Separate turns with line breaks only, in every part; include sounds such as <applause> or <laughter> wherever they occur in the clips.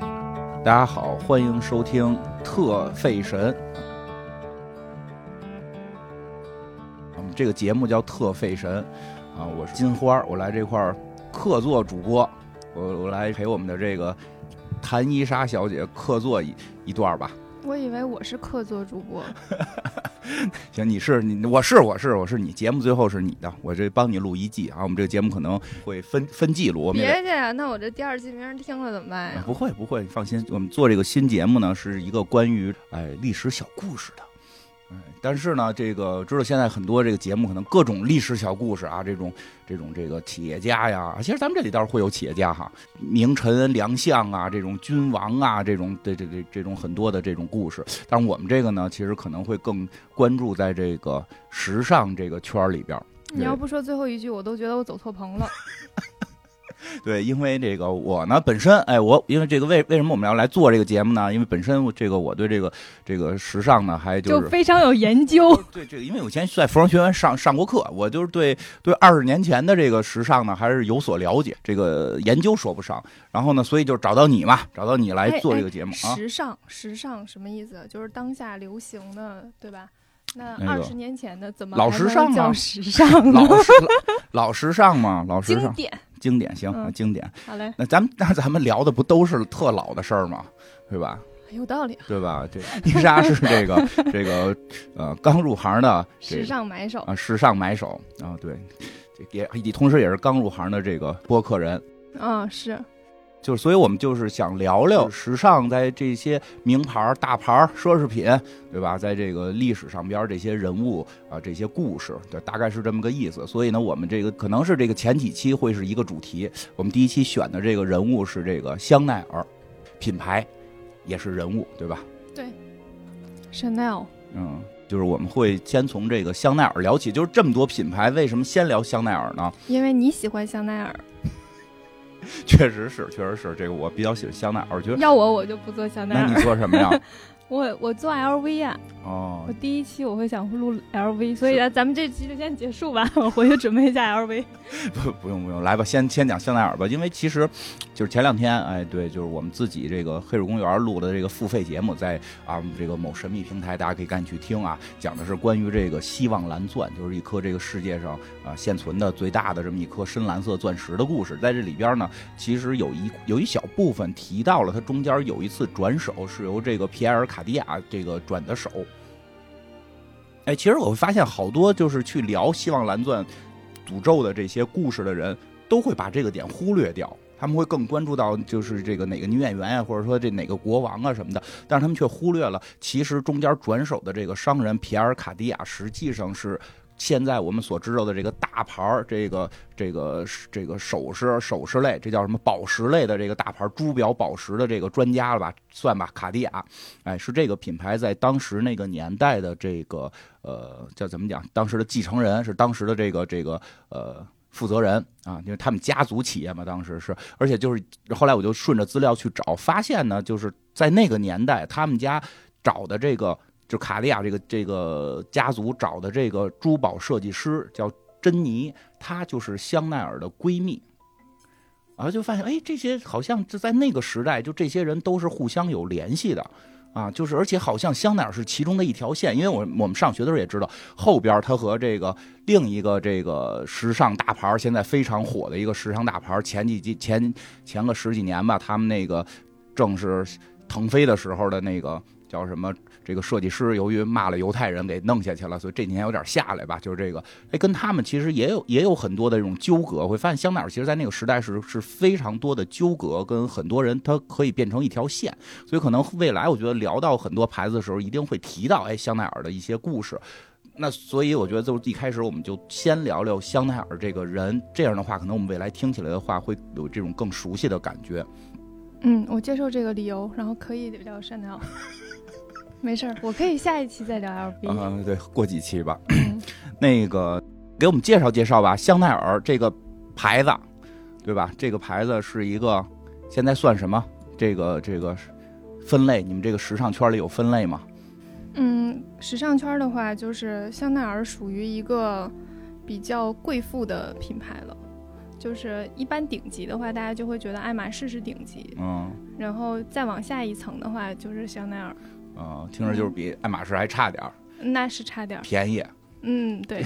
大家好，欢迎收听特费神。我们这个节目叫特费神啊，我是金花，我来这块儿客座主播，我我来陪我们的这个谭伊莎小姐客座一一段儿吧。
我以为我是客座主播，
行，你是你，我是我是我是你，节目最后是你的，我这帮你录一季啊。我们这个节目可能会分分季录，我们也得
别介呀，那我这第二季没人听了怎么办呀？
啊不会不会，放心，我们做这个新节目呢，是一个关于哎历史小故事的。哎，但是呢，这个知道现在很多这个节目可能各种历史小故事啊，这种这种这个企业家呀，其实咱们这里倒是会有企业家哈，名臣良相啊，这种君王啊，这种这这这这种很多的这种故事。但是我们这个呢，其实可能会更关注在这个时尚这个圈儿里边儿。
你要不说最后一句，我都觉得我走错棚了。
对，因为这个我呢本身，哎，我因为这个为为什么我们要来做这个节目呢？因为本身我这个我对这个这个时尚呢，还就是
非常有研究。
对这个，因为我以前在服装学院上上过课，我就是对对二十年前的这个时尚呢，还是有所了解，这个研究说不上。然后呢，所以就找到你嘛，找到你来做这个节目、啊。
时尚，时尚什么意思？就是当下流行的，对吧？那
那
二
个
十年前的怎么
老
还
时
能
尚
叫
啊
叫时尚
老时 <laughs> 老老时尚嘛，老时
<laughs> 经
尚，
典？
经典行，
嗯
经典。
好嘞，
那咱们 <laughs> 那咱们聊的不都是特老的事儿吗？对吧？
有道理，
对吧？这伊莎是这
<laughs>
个这个呃刚入行的这
时
个
尚买手
啊时尚买手啊，对，这也也同时也是刚入行的这个播客人。
啊，是
就是，所以我们就是想聊聊时尚在这些名牌儿、大牌儿、奢侈品，对吧？在这个历史上边儿这些人物啊、这些故事，对，大概是这么个意思。所以呢，我们这个可能是这个前几期会是一个主题。我们第一期选的这个人物是这个香奈儿品牌，也是人物，对吧？
Chanel。
嗯，就是我们会先从这个香奈儿聊起，就是这么多品牌，为什么先聊香奈儿呢？ <laughs>
因为你喜欢香奈儿，
确实是，确实是，这个我比较喜欢香奈儿，我觉得。
要我我就不做香奈
那你
儿，
做什么呀？
我我做 LV 啊。
哦
我，第一期我会想录 LV，所
是
以呃咱咱们这期就先结束吧， <laughs> 我回去准备一下 LV。
不不用不用，来吧，先先讲香奈儿吧，因为其实就是前两天，哎，对，就是我们自己这个黑水公园录的这个付费节目在，啊我们这个某神秘平台，大家可以赶紧去听啊，讲的是关于这个希望蓝钻，就是一颗这个世界上啊现存的最大的这么一颗深蓝色钻石的故事。在这里边呢，其实有一有一小部分提到了它中间有一次转手是由这个皮埃尔卡地亚这个转的手。哎，其实我会发现好多就是去聊希望蓝钻诅咒的这些故事的人，都会把这个点忽略掉。他们会更关注到就是这个哪个女演员呀、或者说这哪个国王啊什么的，但是他们却忽略了，其实中间转手的这个商人皮埃尔卡地亚实际上是现在我们所知道的这个大牌儿，这个这个这个首饰首饰类，这叫什么宝石类的这个大牌儿珠宝宝石的这个专家了吧，算吧，卡地亚，哎，是这个品牌在当时那个年代的这个呃叫怎么讲，当时的继承人是当时的这个这个呃负责人啊，因为他们家族企业嘛，当时是，而且就是后来我就顺着资料去找，发现呢，就是在那个年代，他们家找的这个就卡地亚这个这个家族找的这个珠宝设计师叫珍妮，她就是香奈儿的闺蜜。然后就发现，哎，这些好像就在那个时代，就这些人都是互相有联系的，啊，就是而且好像香奈儿是其中的一条线，因为我我们上学的时候也知道，后边他和这个另一个呃这个时尚大牌儿，现在非常火的一个时尚大牌儿，前几季前前个十几年吧，他们那个正是腾飞的时候的那个叫什么？这个设计师由于骂了犹太人给弄下去了，所以这几年有点下来吧。就是这个，哎，跟他们其实也有也有很多的这种纠葛。会发现香奈儿其实在那个时代是是非常多的纠葛，跟很多人他可以变成一条线。所以可能未来我觉得聊到很多牌子的时候，一定会提到哎香奈儿的一些故事。那所以我觉得，就一开始我们就先聊聊香奈儿这个人，这样的话，可能我们未来听起来的话会有这种更熟悉的感觉。
嗯，我接受这个理由，然后可以
<laughs>
聊 Chanel。没事儿，我可以下一期再聊 LV。
啊，对，过几期吧。
嗯
<clears throat> 那个给我们介绍介绍吧，香奈儿这个牌子，对吧？这个牌子是一个现在算什么？这个这个分类，你们这个时尚圈里有分类吗？
嗯，时尚圈的话，就是香奈儿属于一个比较贵妇的品牌了，就是一般顶级的话，大家就会觉得哎爱马仕是顶级，
嗯
然后再往下一层的话就是香奈儿，
啊、听着就是比爱马仕还差点儿，
那是差点儿。
便宜。
嗯，对，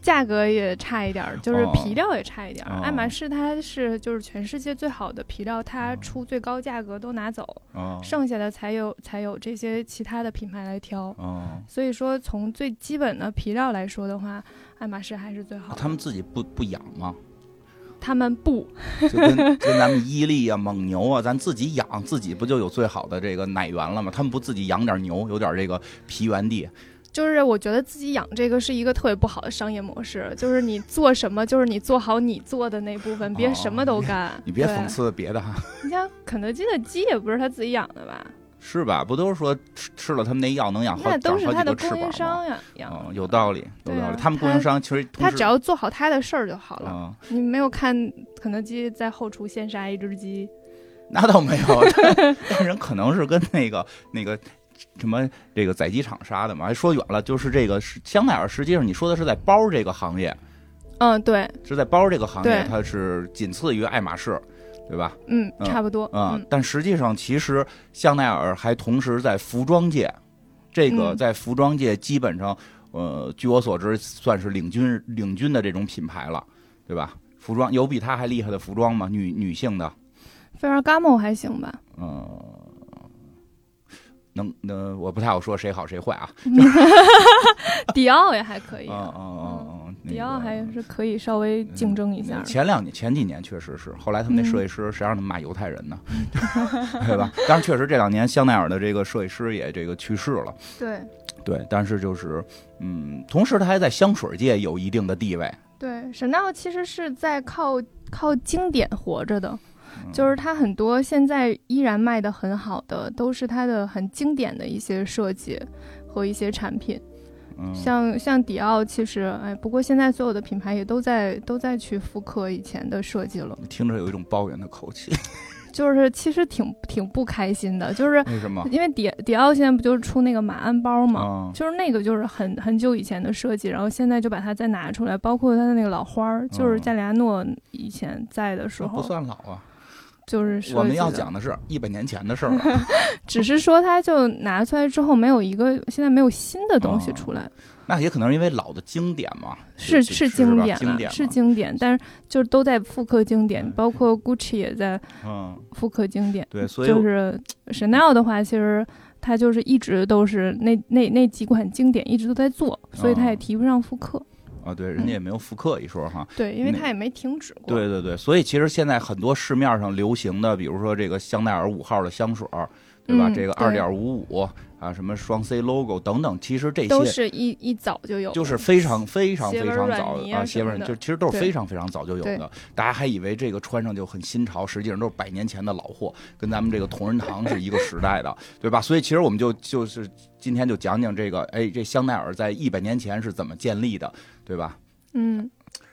价格也差一点儿，就是
哦
皮料也差一点儿。
哦
爱马仕它是就是全世界最好的皮料，
哦
它出最高价格都拿走，
啊
剩下的才有才有这些其他的品牌来挑。
啊，
所以说，从最基本的皮料来说的话，爱马仕还是最好的。
他们自己不不养吗？
他们不，
就跟跟咱们伊利啊、蒙牛啊，咱自己养，自己不就有最好的这个奶源了吗？他们不自己养点牛，有点这个皮原地，
就是我觉得自己养这个是一个特别不好的商业模式，就是你做什么，就是你做好你做的那部分，别
哦
什么都干。
你别
对
讽刺别的哈，
<laughs> 你像肯德基的鸡也不是他自己养的吧？
是吧？不都是说吃吃了他们那药能养好
那
长
都是
好
他
几
的
个翅
供
膀
应
吗？
商呀，养
嗯，有道理，有
对
道
啊
理。他们供应商其实同
他
时
只要做好他的事儿就好了。
嗯，
你没有看肯德基在后厨现杀一只鸡，
<laughs> 那倒没有，但 <laughs> 但人可能是跟那个那个什么这个在机场杀的嘛。哎说远了，就是这个是香奈儿，实际上你说的是在包这个行业，
嗯，对，
是在包这个行业
对，
它是仅次于爱马仕，对吧？
嗯，
嗯
差不多，
啊、
嗯，
但实际上，其实香奈儿还同时在服装界，这个
嗯
在服装界基本上，呃，据我所知，算是领军领军的这种品牌了，对吧？服装有比它还厉害的服装吗？女女性的，
菲尔伽莫还行
<laughs>
吧，
呃，能，那我不太好说谁好谁坏啊，
迪奥也还可以
嗯
啊，
嗯嗯嗯，
迪奥还
是
是可以稍微竞争一下的，
前两年、前几年确实是，后来他们那
嗯
设计师谁让他们骂犹太人呢？ <laughs> 对吧？当然，确实这两年香奈儿的这个设计师也这个去世了。
对
对，但是就是，嗯，同时他还在香水界有一定的地位，
对，沈奈其实是在靠靠经典活着的。
嗯
就是它很多现在依然卖的很好的，都是它的很经典的一些设计和一些产品。
嗯
像像迪奥，其实哎，不过现在所有的品牌也都在都在去复刻以前的设计了，
听着有一种抱怨的口气， <laughs>
就是其实挺挺不开心的，就是
为什么？
因为迪迪奥现在不就是出那个马鞍包嘛，
啊，
就是那个就是很很久以前的设计，然后现在就把它再拿出来，包括它的那个老花儿，就是加里亚诺以前在的时
啊那不
候，
算老啊，
就是设计
我们要
的
讲的是一百年前的事儿
<laughs>
了。
只是说它就拿出来之后没有一个现在没有新的东
啊
西出来，
那也可能是因为老的经典嘛，
是
是
经
吧
典
经
了，
典
是
嘛
经典，但是就是都在复刻经典
嗯，
包括 Gucci 也在
嗯，
复刻经典。
对，所以
就是 Chanel 的话，其实它就是一直都是那那那几款经典一直都在做，所以它
哦
也提不上复刻。
啊，对，人家也
嗯
没有复刻一说哈。
对，因为
那
它也没停止过。
对对对，所以其实现在很多市面上流行的，比如说这个香奈儿五号的香水儿，对吧？
嗯
这个二
对
点五五啊，什么双 C logo 等等，其实这
都
些
是一一早就有了，
就是非常非常
斜
非
纹
常
软
早
泥
啊，
啊
斜
什
纹
么的
就其实都是
对
非常非常早就有
对
的，大家还以为这个穿上就很新潮，实际上都是百年前的老货，跟咱们这个同仁堂是一个时代的，对吧？所以其实我们就就是今天就讲讲这个，哎，这香奈儿在一百年前是怎么建立的，对吧？
嗯，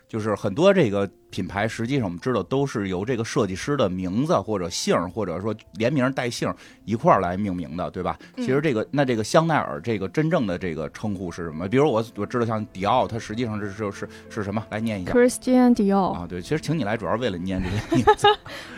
就是很多这个品牌，实际上我们知道都是由这个设计师的名字或者姓儿，或者说连名带姓儿一块儿来命名的，对吧？
嗯
其实这个那这个香奈儿这个真正的这个称呼是什么？比如我我知道像迪奥，它实际上是是是是什么？来念一下
Christian Dior，
啊，对，其实请你来主要是为了念这些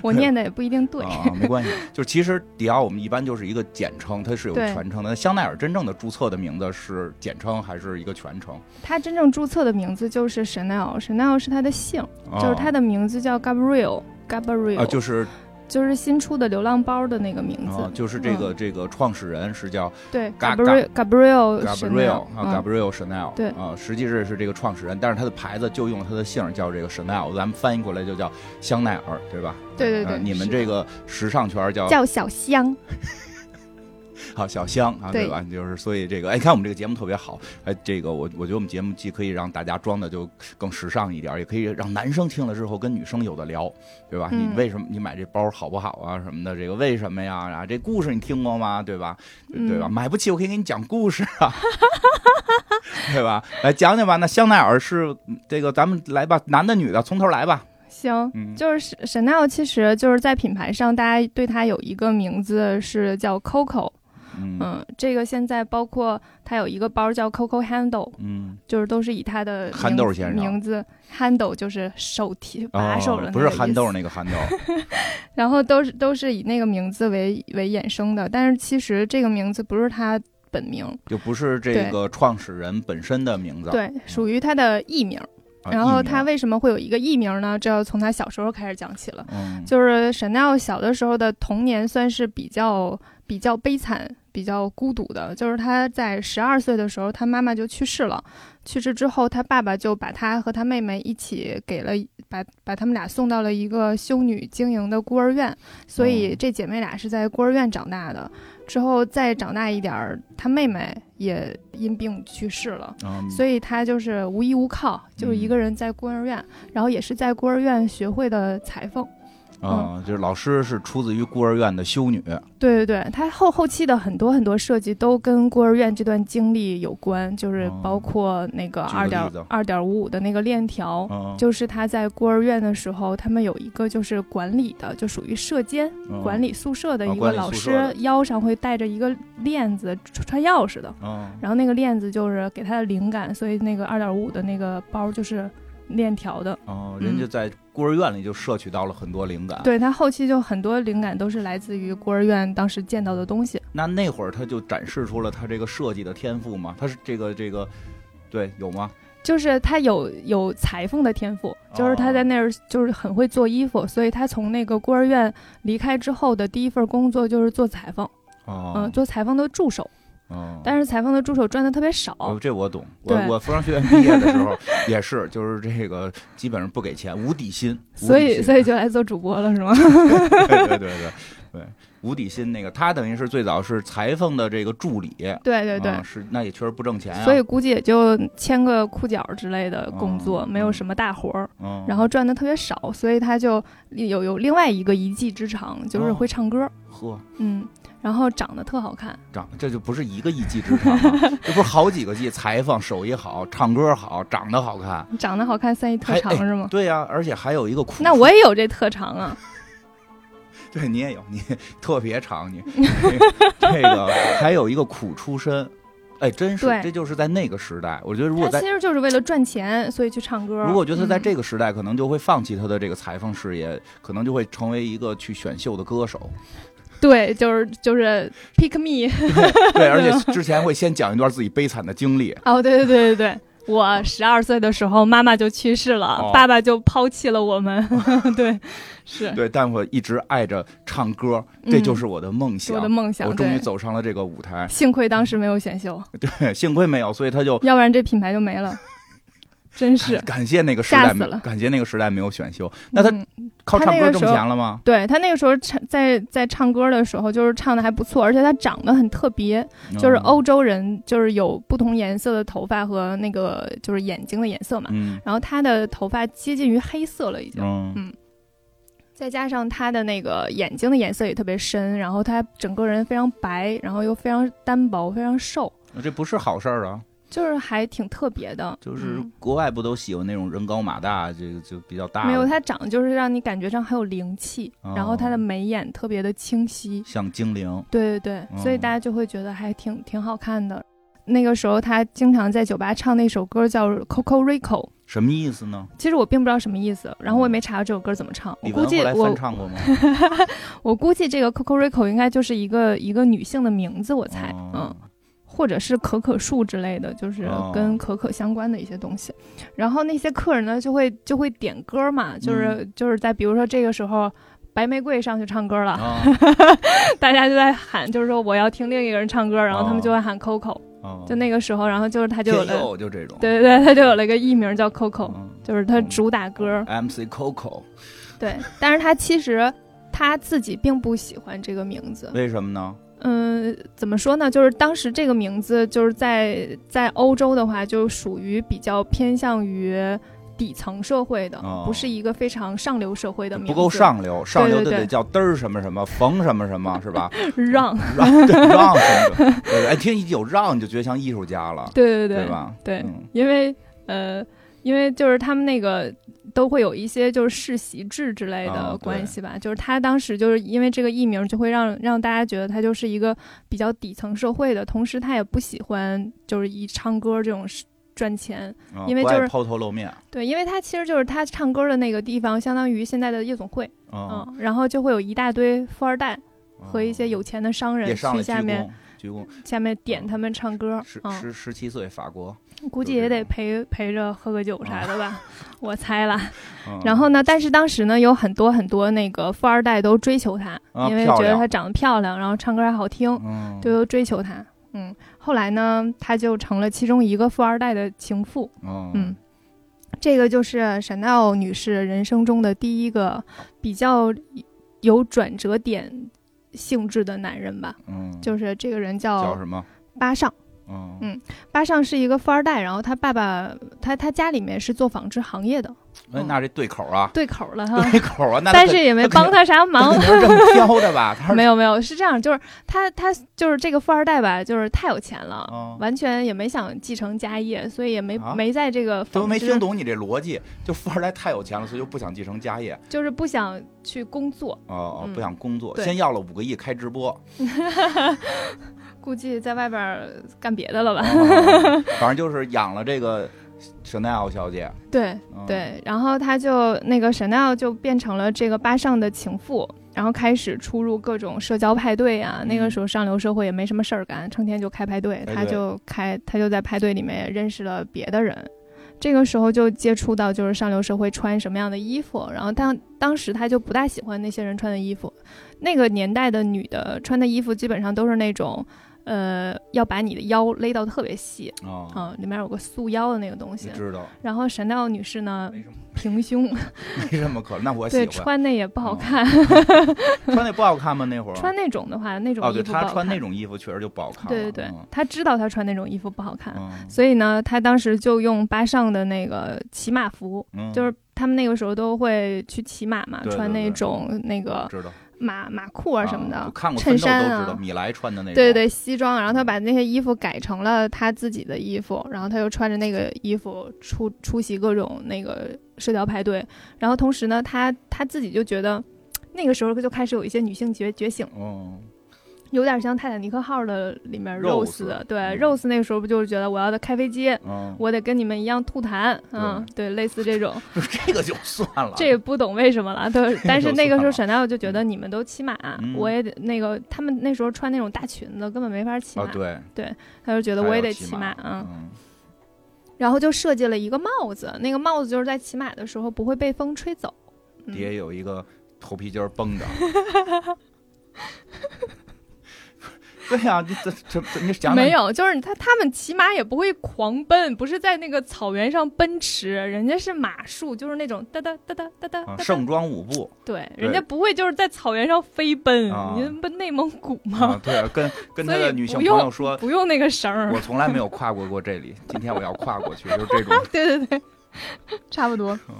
我念
<laughs>
的也不一定对。
啊，没关系。就是其实迪奥我们一般就是一个简称，它是有
对
全称的。那香奈儿真正的注册的名字是简称还是一个全称？
<laughs> 它真正注册的名字就是 Chanel，Chanel 是它的姓。就是
的
它的名字叫 Gabriel Gabriel，、
啊，哦就是
就是新出的流浪包的那个名字，嗯
啊，就是这个这个创始人是叫。
对
Ga-
Gabriel Gabriel
Gabriel
Chanel，
啊
嗯
，Gabriel Chanel，
对
啊，实际这是这个创始人，但是他的牌子就用他的姓儿叫这个 Chanel，咱们翻译过来就叫香奈儿，对吧？
对对
呃
对，
你们
是
这个时尚圈儿叫
叫小香，
好小香啊，
对
对吧？就是所以这个，哎，看我们这个节目特别好，哎，这个我我觉得我们节目既可以让大家装的就更时尚一点儿，也可以让男生听了之后跟女生有的聊，对吧？
嗯
你为什么你买这包好不好啊？什么的，这个为什么呀？啊，这故事你听过吗？对吧？
嗯
对吧？买不起我可以给你讲故事啊， <laughs> 对吧？ <laughs> 来讲讲吧。那香奈儿是嗯这个，咱们来吧，男的女的，从头来吧。
行。
嗯，
就是 Chanel，其实就是在品牌上，大家对它有一个名字是叫 Coco，、
嗯
嗯，这个现在包括它有一个包叫 Coco Handle，
嗯，
就是都是以它的名
Handle 先生
名字 Handle 就是手提把手
哦
了、
不是憨豆，那个憨豆，
然后都是都是以那个名字为为衍生的，但是其实这个名字不是它本名，
就不
<laughs>
是这个创始人本身的名字。
对，属于它的艺名。
啊，
然后他
艺名
为什么会有一个艺名呢？这要从他小时候开始讲起了。
嗯，
就是 Chanel 小的时候的童年算是比较比较悲惨、比较孤独的。就是他在十二岁的时候，他妈妈就去世了。去世之后，他爸爸就把他和他妹妹一起给了把把他们俩送到了一个修女经营的孤儿院，所以
哦
这姐妹俩是在孤儿院长大的。之后再长大一点儿，她妹妹也因病去世了。
嗯
所以他就是无依无靠，就是一个人在孤儿院，
嗯
然后也是在孤儿院学会的裁缝。嗯
啊，就是老师是出自于孤儿院的修女，
对对对，他后后期的很多很多设计都跟孤儿院这段经历有关，就是
哦
包括那个
举
二
个
点
例子啊
二点五五的那个链条，
嗯，
哦就是他在孤儿院的时候，他们有一个就是管理的，就属于舍监、
嗯
管理宿舍的
哦
一个
管理
老
宿
师
舍的，
腰上会带着一个链子，穿钥匙的。
嗯，
然后那个链子就是给他的灵感，所以那个二点五的那个包就是链条的。
哦，人家在孤儿院里就摄取到了很多灵感。，
嗯对他后期就很多灵感都是来自于孤儿院当时见到的东西。
那那会儿他就展示出了他这个设计的天赋嘛，他是这个这个，对，有吗？
就是他有有裁缝的天赋，就是他在那儿就是很会做衣服，所以他从那个孤儿院离开之后的第一份工作就是做裁缝，嗯、
哦，
做裁缝的助手。
哦，
嗯但是裁缝的助手赚的特别少，
哦，这我懂。我
对
我服装学院毕业的时候也是，就是这个基本上不给钱，无底薪。
所以所
以
以就来做主播了，
<laughs>
是
哦
吗？
对对对对对，无底薪那个他等于是最早是裁缝的这个助理，
对对对。
啊是那也确实不挣钱啊。
所以估计也就签个裤脚之类的工作，
嗯
没有什么大活儿。
嗯，
然后赚的特别少，所以他就有有另外一个一技之长，
哦
就是会唱歌，
呵，
嗯，然后长得特好看，
长这就不是一个一技之长了，这不是好几个技，裁缝手艺好，唱歌好，长得好看。
长得好看算一特长
还哎
是吗？
<laughs> 对呀、而且还有一个苦处。
嗯那我也有这特长啊，
<laughs> 对你也有，你特别长，你 <laughs> 这个还有一个苦出身，哎，真是，
对
这就是在那个时代，我觉得如果
他
在
其实就是为了赚钱，所以去唱歌。
如果我觉得他在
嗯、
这个时代，可能就会放弃他的这个裁缝事业，可能就会成为一个去选秀的歌手。 <laughs>
对，就是就是 pick me，
对，而且之前会先讲一段自己悲惨的经历。
哦，对对对对对。
<laughs>
我十二岁的时候，妈妈就去世了，
哦
爸爸就抛弃了我们。 <laughs> 对，是
对，但我一直爱着唱歌，这
嗯
就是我的梦想。
我的梦想。
我终于
对，
走上了这个舞台，
幸亏当时没有选秀，
对，幸亏没有，所以他就
要不然这品牌就没
<laughs>
了。真是，
感谢那个时
吓
代
死
没有，
了
感谢那个时代没有选秀。那他
嗯
靠
他
唱
那
歌
个
挣
时候
钱了吗？
对他那个时候唱在在唱歌的时候，就是唱的还不错，而且他长得很特别，就是
嗯
欧洲人就是有不同颜色的头发和那个就是眼睛的颜色嘛。
嗯
然后他的头发接近于黑色了，已经，
嗯
再加上他的那个眼睛的颜色也特别深，然后他整个人非常白，然后又非常单薄，非常瘦，
这不是好事儿啊！
就是还挺特别的。
就是
嗯
国外不都喜欢那种人高马大，这个就比较大的，
没有他长得就是让你感觉上很有灵气，
哦
然后他的眉眼特别的清晰，
像精灵。
对对对，
嗯
所以大家就会觉得还挺挺好看的。那个时候他经常在酒吧唱那首歌叫《Coco Rico》，
什么意思呢？
其实我并不知道什么意思，然后我也没查到这首歌怎么唱。
嗯
我
李
估
玟后
计
来翻
我
唱过吗？
<laughs> 我估计这个 Coco Rico 应该就是一个一个女性的名字，我猜，
哦
嗯，或者是可可树之类的，就是
哦
跟可可相关的一些东西。然后那些客人呢就会就会点歌嘛，就是、
嗯
就是在比如说这个时候。白玫瑰上去唱歌了，
啊
<laughs> 大家就在喊，就是说我要听另一个人唱歌，然后他们就会喊 Coco，、
哦
就那个时候，然后就是他就有
天
了，
佑就这种，
对对对，他就有了一个艺名叫 Coco，
嗯
就是他主打歌，
MC Coco，
对。但是他其实他自己并不喜欢这个名字，
为什么呢？
嗯，怎么说呢？就是当时这个名字就是在在欧洲的话，就属于比较偏向于底层社会的
哦，
不是一个非常上流社会的名字，
不够上流，上流
对
的
对
得叫嘚儿什么什么，冯什么什么，是吧？ <laughs>
让，
让对让什么的，对哎，听一有让你就觉得像艺术家了，
对对
对吧？
对
嗯
因为呃，因为就是他们那个都会有一些就是世袭制之类
啊对
的关系吧。就是他当时就是因为这个艺名，就会让让大家觉得他就是一个比较底层社会的，同时他也不喜欢就是以唱歌这种事赚钱。
啊
因为
不爱
就是
抛头露面，
对，因为他其实就是他唱歌的那个地方，相当于现在的夜总会，
嗯，
嗯，然后就会有一大堆富二代和一些有钱的商
啊也
人
上
去
了鞠
下面
躬，鞠躬，
下面点他们唱歌，
十
嗯，
十十七岁法国，
估计
有这
也得
种啊
陪陪着喝个酒啥的吧，我猜啦。
嗯
然后呢，但是当时呢，有很多很多那个富二代都追求她，
啊
因为
漂
觉得
亮
她长得漂亮，然后唱歌还好听，
嗯，
就都追求她。嗯，后来呢，她就成了其中一个富二代的情妇。
嗯
嗯，这个就是闪耀女士人生中的第一个比较有转折点性质的男人吧，
嗯，
就是这个人
叫
叫
什么？
巴尚。
嗯
嗯巴尚是一个富二代，然后他爸爸他他家里面是做纺织行业的，
哎，
嗯
那这对口啊，
对口了哈， <laughs>
对口啊， <laughs> 那他
但
肯
是也没帮他啥
他
忙
肯。定是这
<laughs>
么挑的吧？他是
没有没有，是这样，就是他他就是这个富二代吧，就是太有钱了，
哦
完全也没想继承家业，所以也没、
啊
没在这个纺
都没
织
听，懂你这逻辑，就富二代太有钱了，所以就不想继承家业，
就是不想去工作，
哦哦，
嗯
不想工作，
对
先要了五个亿开直
<laughs>
播，
估计在外边儿干别的了吧。
哦反正就是养了这个 Chanel 小姐，
<laughs> 对
嗯，
对，然后他就那个 Chanel 就变成了这个巴尚的情妇。然后开始出入各种社交派对啊，那个时候上流社会也没什么事儿干，成天就开派对，
哎
他
对
就开他就在派对里面也认识了别的人，这个时候就接触到就是上流社会穿什么样的衣服，然后当当时他就不大喜欢那些人穿的衣服，那个年代的女的穿的衣服基本上都是那种，呃，要把你的腰勒到特别细，
哦，
嗯，里面有个束腰的那个东西
你，知道， <laughs>
然后闪耀女士呢
没什么 <laughs>
平胸，
没什么可，那我喜
对，
欢
穿那也不好
嗯
看，
穿那不好看吗？那会儿
<laughs> 穿那种的话，那种
哦，
衣
对
服不好
他
看。
穿那种衣服确实就不好看了，
对对对，啊
嗯
他知道他穿那种衣服不好看，
嗯
所以呢，他当时就用巴尚的那个骑马服，
嗯，
就是他们那个时候都会去骑马嘛，
对对
穿那
对
种那个
知道
马马裤啊什么的，
我看过
衬
奋斗
衫
都知道，
啊。
米莱穿的那种，
对对对，西装，然后他把那些衣服改成了他自己的衣服，然后他又穿着那个衣服出出席各种那个社交派对，然后同时呢，他他自己就觉得，那个时候就开始有一些女性觉觉醒，
嗯，
有点像《泰坦尼克号》的里面
Rose，
Rose 的，对
嗯
Rose 那个时候不就是觉得我要在开飞机，
嗯
我得跟你们一样吐痰，嗯，对，类似
<laughs>
这种，
就嗯这个就算了，哦
这也不懂为什么
<laughs>
了，对，但是那个时候沈奈我就觉得你们都骑马，
嗯
我也得那个他们那时候穿那种大裙子根本没法骑马，
啊，对，
他就觉得我也得
骑
骑马，嗯，
嗯，
然后就设计了一个帽子，那个帽子就是在骑马的时候不会被风吹走，嗯
底下有一个头皮筋儿绷
<laughs>
着。对呀、你这这这，你想想
没有，就是他他们骑马也不会狂奔，不是在那个草原上奔驰，人家是马术，就是那种哒哒哒哒哒哒
啊，
哒哒，
盛装舞
<laughs>
步
对，
对
人家不会就是在草原上飞奔
啊，
你不内蒙古
啊
吗？，
对、啊，
<laughs>
跟跟他
所
的
以
女性
不
朋
用
友说，
不用那个绳儿
我，从来没有跨过过这里，今天我要跨过去，就是这种，
<laughs> <laughs> 对对对，差不多。
嗯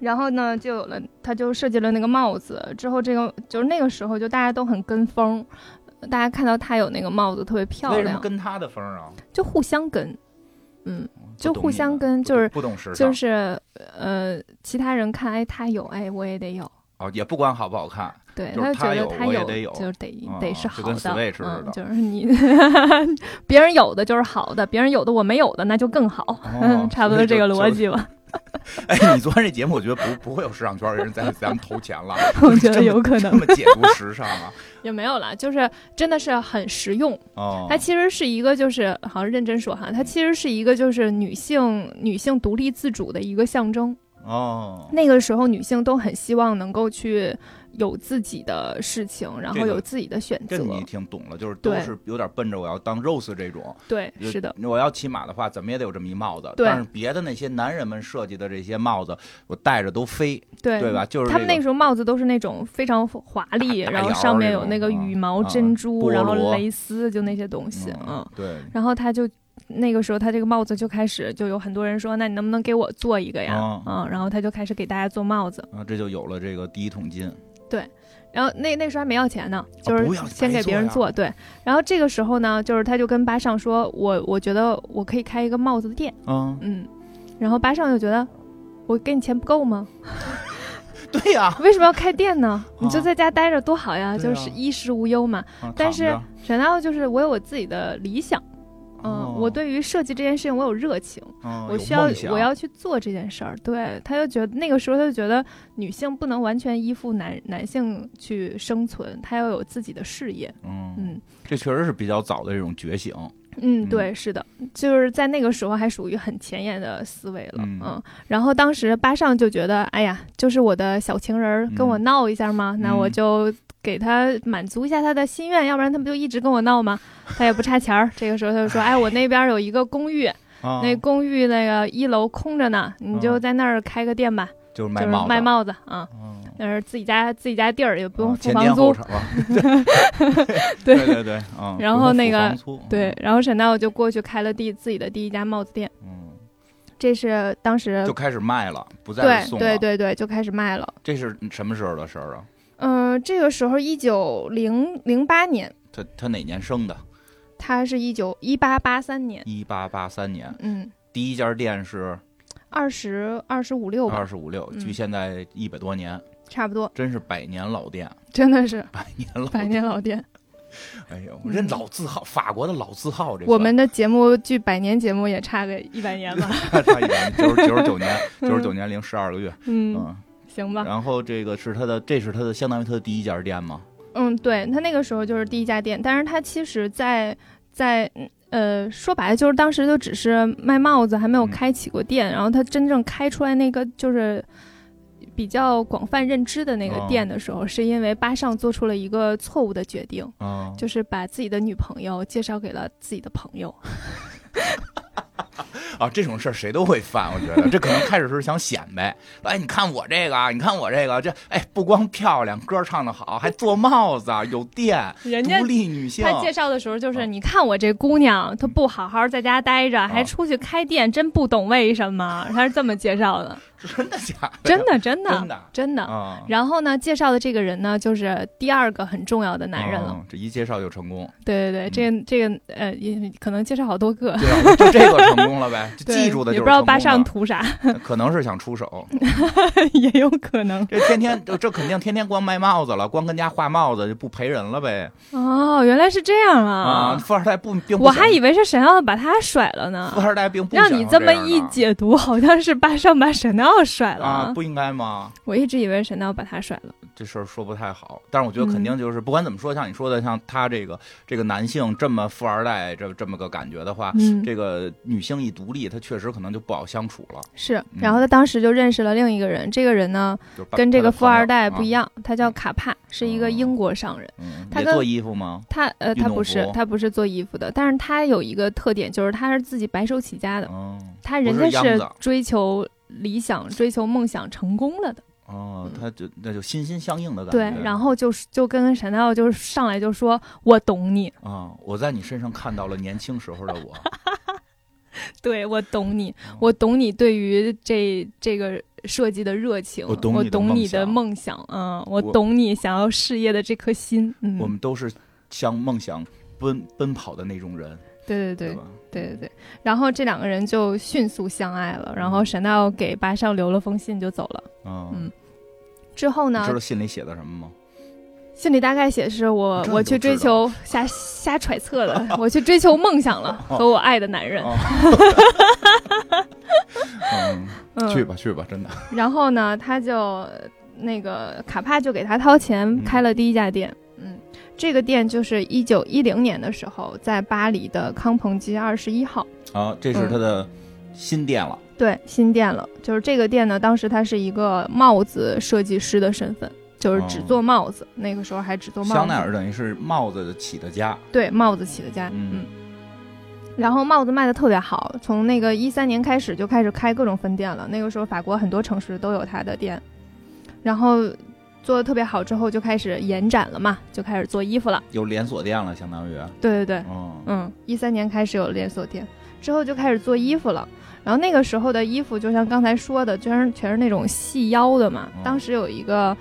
然后呢，就有了，他就设计了那个帽子。之后这个就是那个时候，就大家都很跟风，大家看到他有那个帽子特别漂
为什么
亮，
跟他的风儿啊？
就互相跟，嗯，
不
就
懂
互
你
相
们
跟
不
就
懂
是
不懂时尚，
就是呃，其他人看，哎，他有，哎，我也得有。
哦，也不管好不好看，
对，
就是
他
他
觉得
有
他
我也
有，
得有
就是得、
啊
得是
就
好
跟
的，
Switch 似的
嗯，就是你 <laughs> 别人有的就是好的，别人有的我没有的那就更好， <laughs>
哦
差不多这个逻。辑吧，
哎，你做完这节目，我觉得不不会有时尚圈的人在咱们投钱了，
我觉得有可
这
能
么解读时尚啊？
<laughs> 也没有啦，就是真的是很实用。
哦，
它其实是一个，就是好像认真说哈，它其实是一个就是女性女性独立自主的一个象征。
哦，
那个时候女性都很希望能够去有自己的事情，然
这
后
个
有自己的选择
这。你挺懂了，就是都
对
是有点奔着我要当 Rose 这种。
对，
就是
的，。
我要骑马的话，怎么也得有这么一帽子。
对
但是别的那些男人们设计的这些帽子，我戴着都飞，
对
对吧？就是、这
他
个、
们那时候帽子都是那种非常华丽，
大大
然后
摇
上面
那
有那
种
个
啊
羽毛、
啊
珍珠，
菠
然后
萝
蕾丝，就那些东西，嗯
嗯，，对，
然后他就那个时候，他这个帽子就开始就有很多人说，那你能不能给我做一个呀？
哦
嗯，然后他就开始给大家做帽子，
啊，这就有了这个第一桶金。
然后那那时候还没要钱呢，就
哦不要
是先给别人
白做
做，对。然后这个时候呢，就是他就跟巴尚说，我我觉得我可以开一个帽子店，
嗯，
嗯，然后巴尚就觉得我给你钱不够吗？
对呀、
<laughs> 为什么要开店
<laughs>
呢？你就
啊
在家待着多好呀，
对
就是
啊
衣食无忧嘛。
啊
但
躺
是
着
沈大就是我有我自己的理想，嗯，
哦
我对于设计这件事情我有热情，
哦
我
有
需要
梦想
我要去做这件事儿。对，他就觉得那个时候他就觉得女性不能完全依附男男性去生存，她要有自己的事业。
嗯，
嗯
这确实是比较早的这种觉醒，
嗯，
嗯
对，是的，就是在那个时候还属于很前沿的思维了。
嗯
嗯，然后当时巴尚就觉得，哎呀，就是我的小情人儿跟我
嗯
闹一下嘛，那我
嗯
就给他满足一下他的心愿，要不然他不就一直跟我闹吗？他也不差钱儿。这个时候他就说，哎，我那边有一个公寓，
啊
那公寓那个一楼空着呢，你就
嗯
在那儿开个店吧，
就是
就
卖
是
帽子，
卖帽子啊。
嗯，
那是自己家自己家地儿，也不用
啊
付
前
房
店
租
后，厂， <laughs> 啊对对对对，嗯，
然
不
后
用
那
付
个
房租，
对，然后沈大我就过去开了第自己的第一家帽子店，
嗯，
这是当时
嗯，就开始卖了，不再
对
是送了，
对对对，就开始卖了。
这是嗯什么时候的事儿啊？
嗯、这个时候一九零零八年，
他他哪年生的？
他是一九一八八三年，
一八八三年，
嗯，
第一家店是
二十二十五六吧
二，十五六，
嗯
距现在一百多年，
差不多，
真是百年老店，
真的是
百年老
百
店。
年老
<laughs>
店。
哎呦，人老字号，法国的老字号，这
我
算
们的节目距百年节目也差个一百
<laughs>
年吧，嗯
差一点，九十九十九
<laughs>
年，九十九年零十二个月，
嗯，
嗯，
行吧，
然后这个是他的，这是他的，相当于他的第一家店吗？
嗯，对他那个时候就是第一家店，但是他其实在在嗯呃说白了就是当时就只是卖帽子，还没有
嗯
开启过店。然后他真正开出来那个就是比较广泛认知的那个
哦
店的时候，是因为巴尚做出了一个错误的决定，
啊，
就是把自己的女朋友介绍给了自己的朋友。
啊，这种事儿谁都会犯，我觉得这可能开始是想显摆，哎，你看我这个啊，你看我这个，这哎不光漂亮，歌唱的好，还做帽子，啊有店，
人家
独立女性，
他介绍的时候就是，
啊
你看我这姑娘，
嗯
她不好好在家待着，
哦
还出去开店，真不懂为什么。他是这么介
<laughs>
绍的，
真的假的？
真的，真
真
的，
的
真的。
啊，
然后呢，介绍的这个人呢，就是第二个很重要的男人了。
嗯，这一介绍就成功，
对
嗯
对对，这个这个呃，也可能介绍好多个，
介绍就这个成功了呗，就 <laughs>
对
记住的
也
就
不
是
知道
成
巴尚
功
图啥， <laughs>
了，可能是想出手，
也有可能。
这天天这这肯定天天光卖帽子了，光跟家画帽子就不陪人了呗
哦，原来是这样
啊！
啊！
富二代不并不
我还
想
以为是沈耀把他甩了
富
呢。
二代并不
让
想
你
要
这么
样啊
一
的
解读， <laughs> 好像是巴尚把沈耀甩了。
啊，不应该吗？
我一直以为沈耀把他甩了。
这事儿说不太好，但是我觉得肯
嗯
定就是不管怎么说，像你说的，像他这个这个男性这么富二代这这么个感觉的话，
嗯，
啊这个女性一独立，她确实可能就不好相处了。
是。
嗯
然后他当时就认识了另一个人，这个人呢
就是把
跟这个富二代不一，
她
样，他叫卡帕，是一个英国商人。
的朋友啊啊嗯
他
也
跟
做衣服吗？
他呃，
运
他
动
不是
服
他不是做衣服的，但是他有一个特点，就是他是自己白手起家的，
嗯，
他
不
人
是
家
秧
是
子
追求理想、追求梦想成功了的，
哦，他就那就心心相印的感
嗯对
觉。，
然后就是就跟沈大就是上来就说我懂你，
啊，我在你身上看到了年轻时候的我。
对我懂你
哦，
我懂你对于这这个设计的热情，
我
我
懂你的
你
梦
的
想
梦想，嗯，我
我
懂你想要事业的这颗心，嗯，
我们都是向梦想奔奔跑的那种人，
对对对
吧？
对对对，然后这两个人就迅速相爱了，然后沈大给巴尚留了封信就走了。
嗯，
之后
你
呢
知，道信里写的什么吗？
信里大概写是我
这你
我
都
去追
知道
求瞎瞎揣测的，
<laughs>
我去追求梦想了，和我爱的男人。 <laughs>
哦嗯，
嗯，
去。吧去吧，真的。
然后呢，他就那个卡帕就给他掏钱开了第一家店。嗯，这个店就是一九一零年的时候在巴黎的康鹏街二十一号。
啊，这
嗯
是他的新店了。
对，新店了。就是这个店呢，当时他是一个帽子设计师的身份，就是只
哦
做帽子。那个时候还只做帽子。
香奈儿等于是帽子起的家，
对帽子起的家，嗯
嗯，
然后帽子卖的特别好，从那个一三年开始就开始开各种分店了。那个时候法国很多城市都有他的店，然后做的特别好之后就开始延展了嘛，就开始做衣服了。
有连锁店了，相当于。
对对对，
嗯
嗯，一三年开始有连锁店，之后就开始做衣服了。然后那个时候的衣服，就像刚才说的，全是全是那种细腰的嘛
嗯。
当时有一个，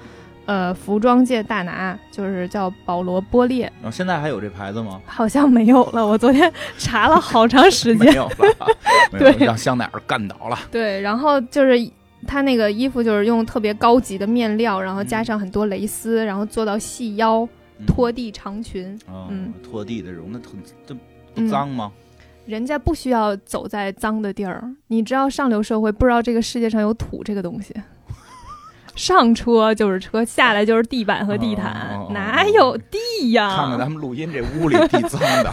呃，服装界大拿，就是叫保罗·波列，
然后现在还有这牌子吗？
好像没有了。我昨天查了好长时
没 <laughs>
<laughs> 间。
有了，没有了
对
让香奈儿干倒了。
对，然后就是他那个衣服就是用特别高级的面料，然后加上很多蕾丝，然后做到细腰、拖地长裙。
嗯
嗯，
拖地的绒那很这不
嗯
脏吗？
人家不需要走在脏的地儿，你知道上流社会不知道这个世界上有土这个东西。 <laughs> 上车就是车，下来就是地板和地毯，
哦哦哦
哪有地呀、
看看咱们录音这屋里地脏的，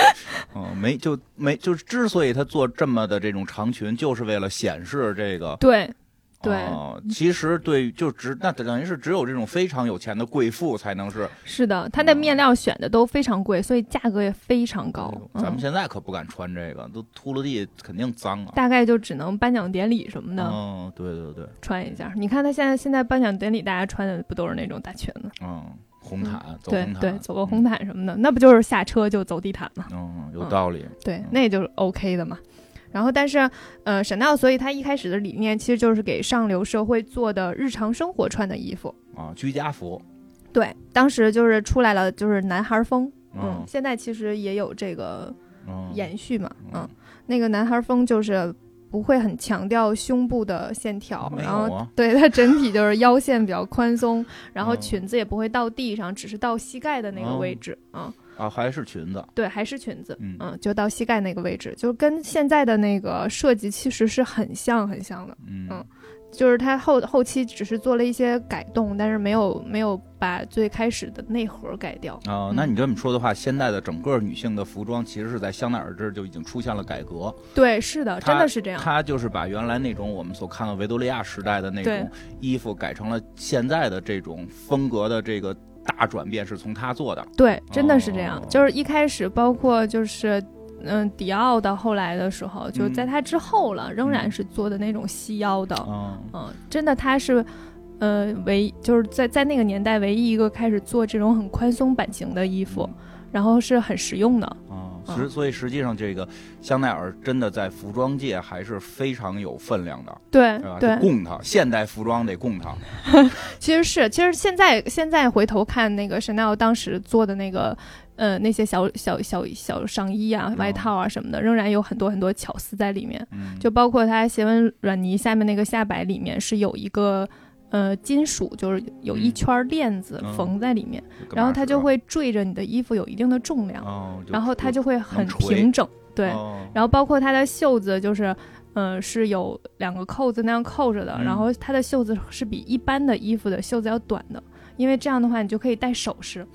<laughs>
嗯，没就没就是，之所以他做这么的这种长裙，就是为了显示这个。
对，对
哦其实对，就只那等于是只有这种非常有钱的贵妇才能是
是的，它的面料选的都非常贵，所以价格也非常高。
哎咱们
嗯、
现在可不敢穿这个，都秃噜地肯定脏啊。
大概就只能颁奖典礼什么的、
嗯，对对对，
穿一下。你看他现在现在颁奖典礼，大家穿的不都是那种大裙子？
嗯，红毯走
对
红毯，啊
对，走个红毯什么的，那不就是下车就走地毯吗？
嗯，有
嗯
道理。
对
嗯，
那就是 OK 的嘛。然后，但是，呃，沈道，所以他一开始的理念其实就是给上流社会做的日常生活穿的衣服。
啊，居家服，
对，当时就是出来了，就是男孩风，
嗯
现在其实也有这个
嗯，
延续嘛，
嗯
嗯，那个男孩风就是不会很强调胸部的线条，
没有
然后
啊，
<laughs> 对它整体就是腰线比较
<laughs>
宽松，然后
嗯
裙子也不会到地上，只是到膝盖的那个位置，嗯，
啊还是裙子，
对，还是裙子，
哦嗯
嗯，就到膝盖那个位置，就跟现在的那个设计其实是很像很像的，
嗯
嗯就是它后后期只是做了一些改动，但是没有没有把最开始的内核改掉，
啊，那你这么说的话，现在的整个女性的服装其实是在香奈儿这儿就已经出现了改革，
对，是的，
它
真的是这样，
它就是把原来那种我们所看到维多利亚时代的那种
对
衣服改成了现在的这种风格的这个大转变是从它做的，
对，真的是这样。
哦
就是一开始，包括就是嗯，迪奥到后来的时候，就在他之后了，仍然是做的那种细腰的。
嗯
嗯，真的，他是呃唯就是在在那个年代唯一一个开始做这种很宽松版型的衣服，然后是很实用的。
嗯啊，
嗯
实所以实际上这个香奈儿真的在服装界还是非常有分量的，
对
对吧？
哎对
就，供它，现代服装得供它，
其实是，其实现在现在回头看那个 Chanel 当时做的那个，呃，那些小小小小上衣啊
嗯、
外套啊什么的，仍然有很多很多巧思在里面。
嗯，
就包括它斜纹软泥下面那个下摆里面是有一个呃金属，就是有一圈链子
嗯
缝在里面，
干嘛
然后它
使
就
啊
会坠着你的衣服有一定的重量，
哦，就
然后它就会很
垂
平整，对。
哦
然后包括它的袖子就是。嗯，是有两个扣子那样扣着的，
嗯
然后它的袖子是比一般的衣服的袖子要短的，因为这样的话你就可以戴首饰，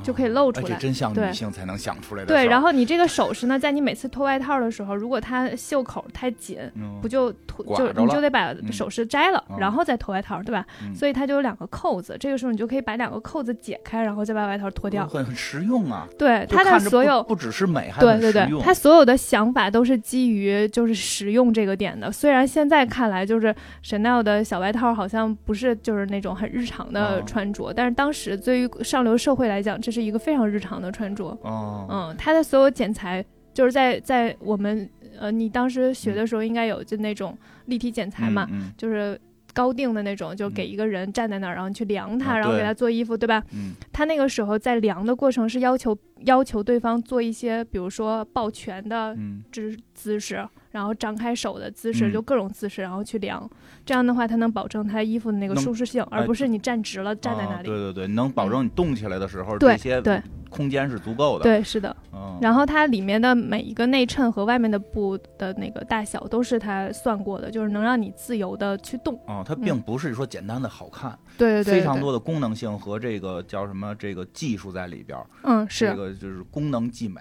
就可以露出
哎这
来
真像女
对
性才能想出来的事儿。
对。然后你这个首饰呢，在你每次脱外套的时候，如果它袖口太紧，
嗯
不就脱
刮
就
着
你
了
就得把首饰摘了，
嗯
然后再脱外套，对吧？
嗯
所以它就有两个扣子，这个时候你就可以把两个扣子解开，然后再把外套脱掉。
<laughs> 很很实用啊，
对，
哦就
它的
看着
所
不
有。
不只是美，还
对
很
对
实
对，
用
它所有的想法都是基于就是实用这个点的。虽然现在看来，就是 Chanel 的小外套好像不是就是那种很日常的
嗯
穿着，但是当时对于上流社会来讲，这是一个非常日常的穿着。
哦，
嗯，它的所有剪裁就是在在我们呃，你当时学的时候应该有就那种立体剪裁嘛，
嗯
就是高定的那种，就给
嗯
一个人站在那儿，然后去量
啊
他，然后
对
给他做衣服，对吧？
嗯
他那个时候在量的过程是要求要求对方做一些，比如说抱拳的
嗯
姿姿势，然后张开手的姿势，
嗯
就各种姿势，然后去量。这样的话，他能保证他衣服的那个
能
舒适性，
哎
而不是你站直了站在
啊
那里。嗯
对对对，能保证你动起来的时候，这
对
些
对
空间是足够的。，
对，是的。
嗯，
然后它里面的每一个内衬和外面的布的那个大小都是他算过的，就是能让你自由的去动。
哦，它并不是说简单的好看，
对对对，
非常
对。
多的功能性和这个叫什么这个技术在里边儿，
嗯，是。
这个就是功能即美。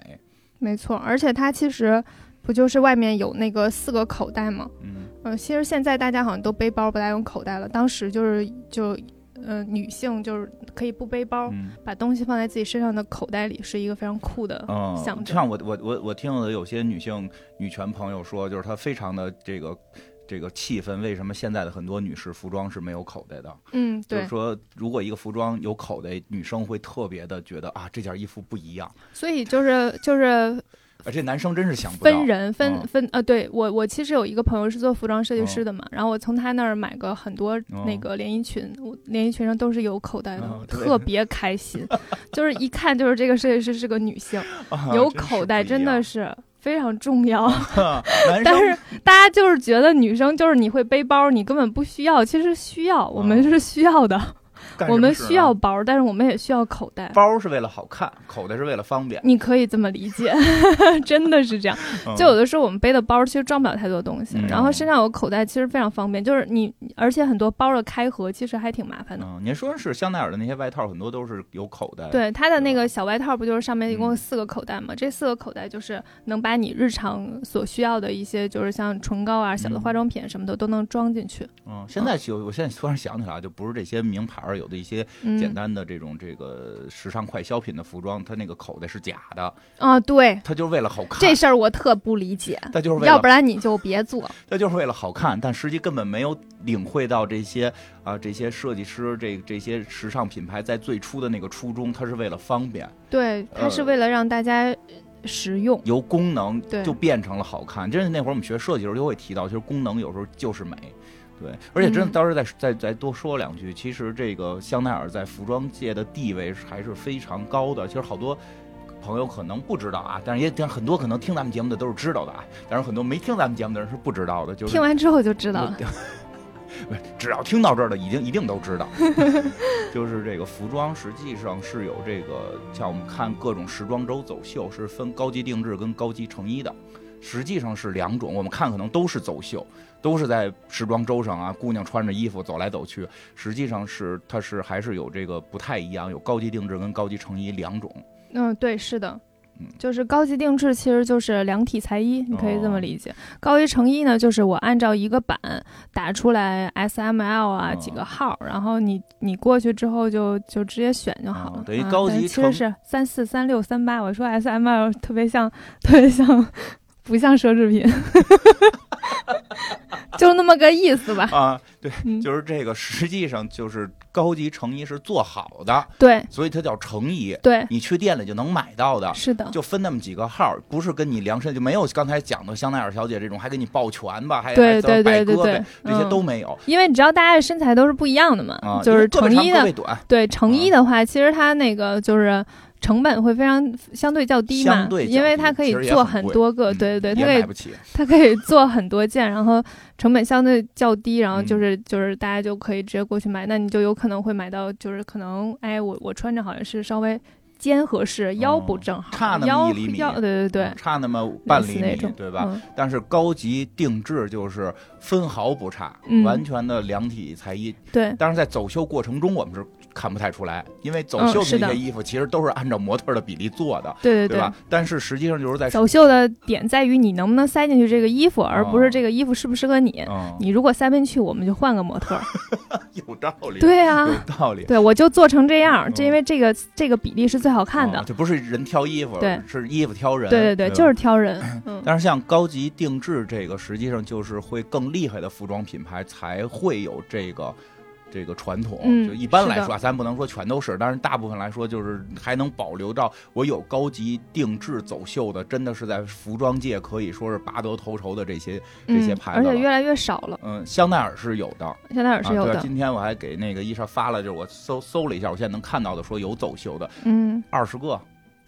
没错，而且它其实不就是外面有那个四个口袋吗？
嗯
嗯、其实现在大家好像都背包不大用口袋了，当时就是就，嗯、女性就是可以不背包，
嗯。
把东西放在自己身上的口袋里，是一个非常酷的
嗯，
象征。
像我我我我听的有些女性女权朋友说，就是她非常的这个这个气愤，为什么现在的很多女士服装是没有口袋的？
嗯，
就
对
是，说，如果一个服装有口袋，女生会特别的觉得啊，这件衣服不一样。
所以就是就是
而这男生真是想不到。
分人分、
嗯
分呃，对我我其实有一个朋友是做服装设计
啊
师的嘛，然后我从他那儿买个很多那个连衣裙，我连衣裙上都是有口袋的，
哦啊对
特别
<laughs>
开心，就是一看就是这个设计师是个女性，
啊
有口袋，真的
是
是非常
<laughs>
重要。
男
但
生
是大家就是觉得女生就是你会背包，你根本不需要，其实需
啊
要，我们是需要的，
干什么
我们
事
需
啊
要包，但是我们也需要口袋。
包是为了好看，口袋是为了方
<laughs>
便。
你可以这么理解， <laughs> 真的是这样。就有的时候我们背的包其实装不了太多东西，
嗯
然后身上有口袋其实非常方便，就是你，而且很多包的开合其实还挺麻烦的。
嗯，您说是香奈儿的那些外套，很多都是有口袋的。
对，它的那
对
个小外套不就是上面一
嗯
共有四个口袋嘛？这四个口袋就是能把你日常所需要的一些，就是像唇膏啊、小的
嗯
化妆品什么的都能装进去。
嗯，现在就我现在突然想起来，啊就不是这些名牌儿，有的一些
嗯，
简单的这种这个时尚快消品的服装，它那个口袋是假的，
啊，对，
它就是为了好看。
<laughs> 这事儿我特不理解，
它就是为
要
了
不然你就别做。
它就是为了好看，但实际根本没有领会到这些啊这些设计师这这些时尚品牌在最初的那个初衷，它是为了方便，
对，它是
呃
为了让大家呃实用。
由功能
对
就变成了好看。真是那会儿我们学设计的时候就会提到，其实功能有时候就是美。对，而且真的，
嗯
到时候再再再多说两句。其实这个香奈儿在服装界的地位是还是非常高的。其实好多朋友可能不知道啊，但是也但很多可能听咱们节目的都是知道的啊，但是很多没听咱们节目的人是不知道的。就是
听完之后就知道了。
不是只要听到这儿的，已经一定都知道， <laughs> 就是这个服装实际上是有这个，像我们看各种时装周走秀是分高级定制跟高级成衣的，实际上是两种。我们看可能都是走秀，都是在时装周上啊，姑娘穿着衣服走来走去，实际上是它是还是有这个不太一样，有高级定制跟高级成衣两种。
嗯，对，是的
嗯。
就是高级定制其实就是量体裁衣，你可以这
哦
么理解。高级成衣呢，就是我按照一个版打出来 S、M、L 啊几
哦
个号，然后你你过去之后就就直接选就好
哦
了。
等于
啊
高
但
级
其
成
实是三四三六三八。我说 S、M、L 特别像，特别像，不像奢侈品， <laughs> 就那么个意思吧。
啊，对，
嗯，
就是这个，实际上就是高级成衣是做好的，
对
所以它叫成衣，
对，
你去店里就能买到的。
是的，
就分那么几个号，不是跟你量身，就没有刚才讲的香奈儿小姐这种还给你抱拳吧，还
对
还
对对对
摆胳
对
膊，，这些
嗯
都没有
因为你知道大家的身材都是不一样的嘛，
啊。
就
因为
是
胳膊
成
长
衣的
胳膊短，
对成衣
啊
的话，其实它那个就是成本会非常相对较低
相
嘛，
对较低
因为它可以做很多个，
嗯
呃对对对，它
也
可
买
以
不起。
它可以做很多件，然后成本相对较低，然后就是、
嗯
就是大家就可以直接过去买，那你就有可能会买到就是可能哎我我穿着好像是稍微肩合适，腰不正好，
哦差那么
腰
一厘米
腰对对对
嗯，差那么半
类似
厘
那
米
种，
对吧？
嗯
但是高级定制就是分毫不差，
嗯
完全的量体裁衣。
对
但是在走秀过程中，我们是看不太出来，因为走
嗯
秀
是
那
的
些衣服其实都是按照模特的比例做的，
对对
吧？但是实际上就是在
走秀的点在于你能不能塞进去这个衣服，而不
哦
是这个衣服适不适合你。
嗯，
你如果塞不进去，我们就换个模特儿。
有道理，
对啊，
有道理。
对，我就做成这样，这
嗯
因为这个这个比例是最好看的
哦。这不是人挑衣服，
对
是衣服挑人，
对对对，
吧
就是。挑人。嗯，
但是像高级定制这个，实际上就是会更厉害的服装品牌才会有这个这个传统。
嗯
就一般来说啊，咱不能说全都是，但是大部分来说，就是还能保留到我有高级定制走秀的，真的是在服装界可以说是拔得头筹的这些。这些
嗯
牌
而
子
且
了
越来越少了，
嗯，香奈儿是有的，
香奈儿是有
啊对
的
啊。今天我还给那个伊莎发了，就是我搜搜了一下，我现在能看到的说有走秀的
嗯，
二十个，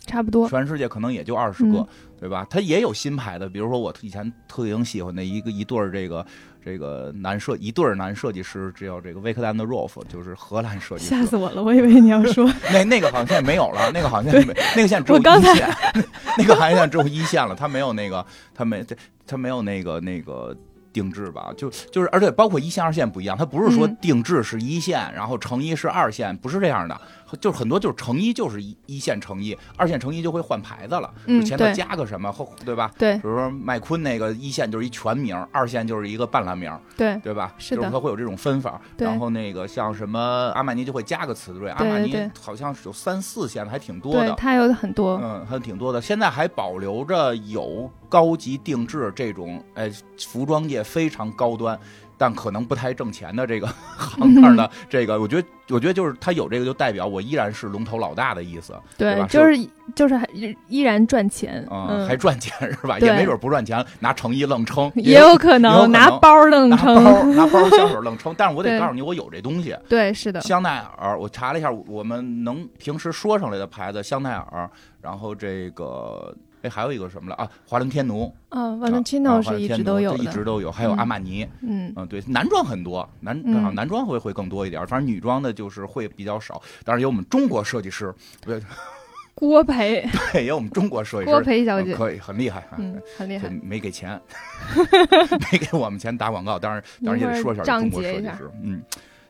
差不多。
全世界可能也就二十个，
嗯
对吧？它也有新牌的，比如说我以前特别喜欢的一个一对儿这个这个男设一对儿男设计师，叫这个 v i c t o r Rolf，就是荷兰设计师
吓。死我了，我以为你要说
那那个好像现在没有了，那个好像现在没，那个现在只有
我刚
一
才
线， <laughs> 那个好像现在只有一线了，他没有那个，他没他没有那个那个。定制吧，就就是，而且包括一线、二线不一样，它不是说
嗯
定制是一线，然后成衣是二线，不是这样的，就是很多就是成衣就是一一线成衣，二线成衣就会换牌子了，
嗯
就前头
对
加个什么后对吧？
对
比如说麦昆那个一线就是一全名，二线就是一个半拉名，
对
对吧？
是
就
的
是它会有这种分法。
对
然后那个像什么阿玛尼就会加个词缀，阿
对
玛尼
对对
好像是有三四线的，还挺多
对，
的。
它有很多。
嗯，还挺多的。现在还保留着有高级定制这种，哎，服装界非常高端，但可能不太挣钱的这个 <laughs> 行当
<laughs>
的这个，我觉得，我觉得就是它有这个，就代表我依然是龙头老大的意思。对吧
就是就是还依然赚钱。
嗯，
嗯，
还赚钱是吧？
对
也没准不赚钱，拿诚意愣撑，
也有可
有可
能
能
拿包儿愣
拿
撑。
包拿包香水愣撑。但是我得
<laughs> 对
告诉你，我有这东西。
对，是的。
香奈儿，我查了一下，我们能平时说上来的牌子，香奈儿，然后这个哎，还有一个什么了啊？华伦天奴，
嗯
啊
，Valentino
啊华
是
伦
一
天
直
奴
都有
这一直
的，
都有，还有
嗯
阿玛尼，
嗯
嗯，对，男装很多，男
嗯
好像男装会会更多一点，反正女装的就是会比较少。当然有我们中国设计师， <laughs>
郭培，
也有我们中国
<laughs>
设计
郭
师，
培小
嗯
姐，
可以很厉害啊。
嗯，很厉
这
害，
没给钱， <laughs> 没给我们钱打广告，当然当然也得说一下
一会儿
中国设
仗结
计
一下嗯
师，嗯，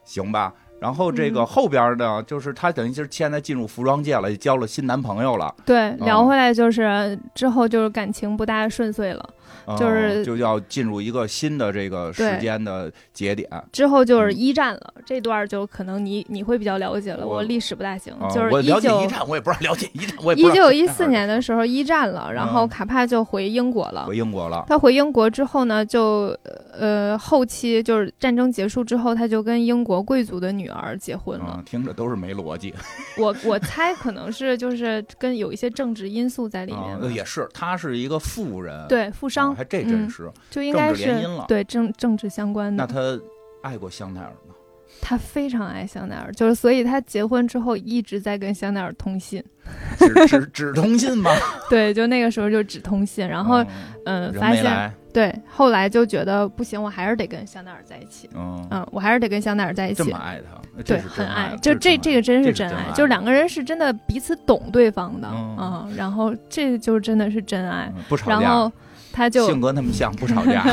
行吧。然后这个后边呢，就是她等于就是现在进入服装界了，也交了新男朋友了，
对，聊
哦
回来就是之后就是感情不大顺遂了，
嗯
就是
就要进入一个新的这个时
对
间的节点。
之后就是
嗯
一战了，这段儿就可能你你会比较了解了，
我
我历史不大行，
啊
嗯就是
我
一
了解
九
一战，我也不知道了解一战，我也
一
不知道
九一四
<laughs>
年的时候一战了，然后
嗯
卡帕就回英国了。
回英国了。
他回英国之后呢，就呃后期就是战争结束之后，他就跟英国贵族的女儿结婚了。
嗯，听着都是没逻辑。
我我猜可能是就是跟有一些政治因素在里面
啊
吧。
也是，他是一个富人，啊，
对，富商、
还这真
嗯
是。
就应该
政治
是
联姻了
对政政治相关
那
的。
他爱过香奈儿
<laughs>
吗？
他非常爱香奈儿，就是所以他结婚之后一直在跟香奈儿通信。
只只只通信吗？ <laughs>
对，就那个时候就只通信， <laughs> 然后
嗯
嗯、
人
发
没
现
来，
对，后来就觉得不行，我还是得跟香奈儿在一起。
嗯，
嗯，我还是得跟香奈儿在一
这
起
么。爱他，那
对，
这是
很
真爱，
就这这个真
这
是
是
真
真爱
就是两个人是真的彼此懂对方的，
嗯
嗯，然后这就真的是真爱。
嗯不吵
然
架
后，他
性
就
格那么像，不吵
<laughs>
架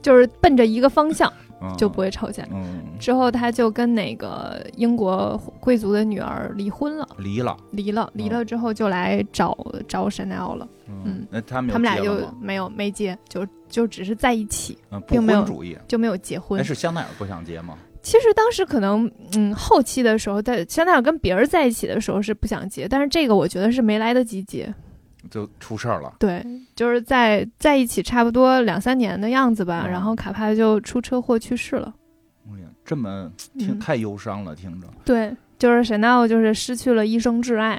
就是奔着一个方向
嗯
就不会吵架。
嗯
之后他就跟那个英国贵族的女儿离婚了，
离了，
离了，
哦
离了之后就来找找 Chanel 了。嗯，
那他们
他
有
们俩
结了
就
吗
没有没结，就就只是在一起，
嗯不
并没有
婚主义，
就没有结婚
那。是香奈儿不想结吗？
其实当时可能，嗯，后期的时候，在香奈儿跟别人在一起的时候是不想结，但是这个我觉得是没来得及结，
就出事儿了，
对，就是在在一起差不多两三年的样子吧，
嗯
然后卡帕就出车祸去世了。
哎呀，这么听
嗯，
太忧伤了，听着，
对，就是 Chanel 就是失去了一生挚爱，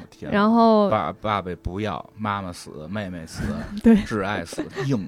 我天哪。
然后 <laughs>
爸爸爸不要，妈妈死，妹妹死，
对
挚爱
<laughs>
死，硬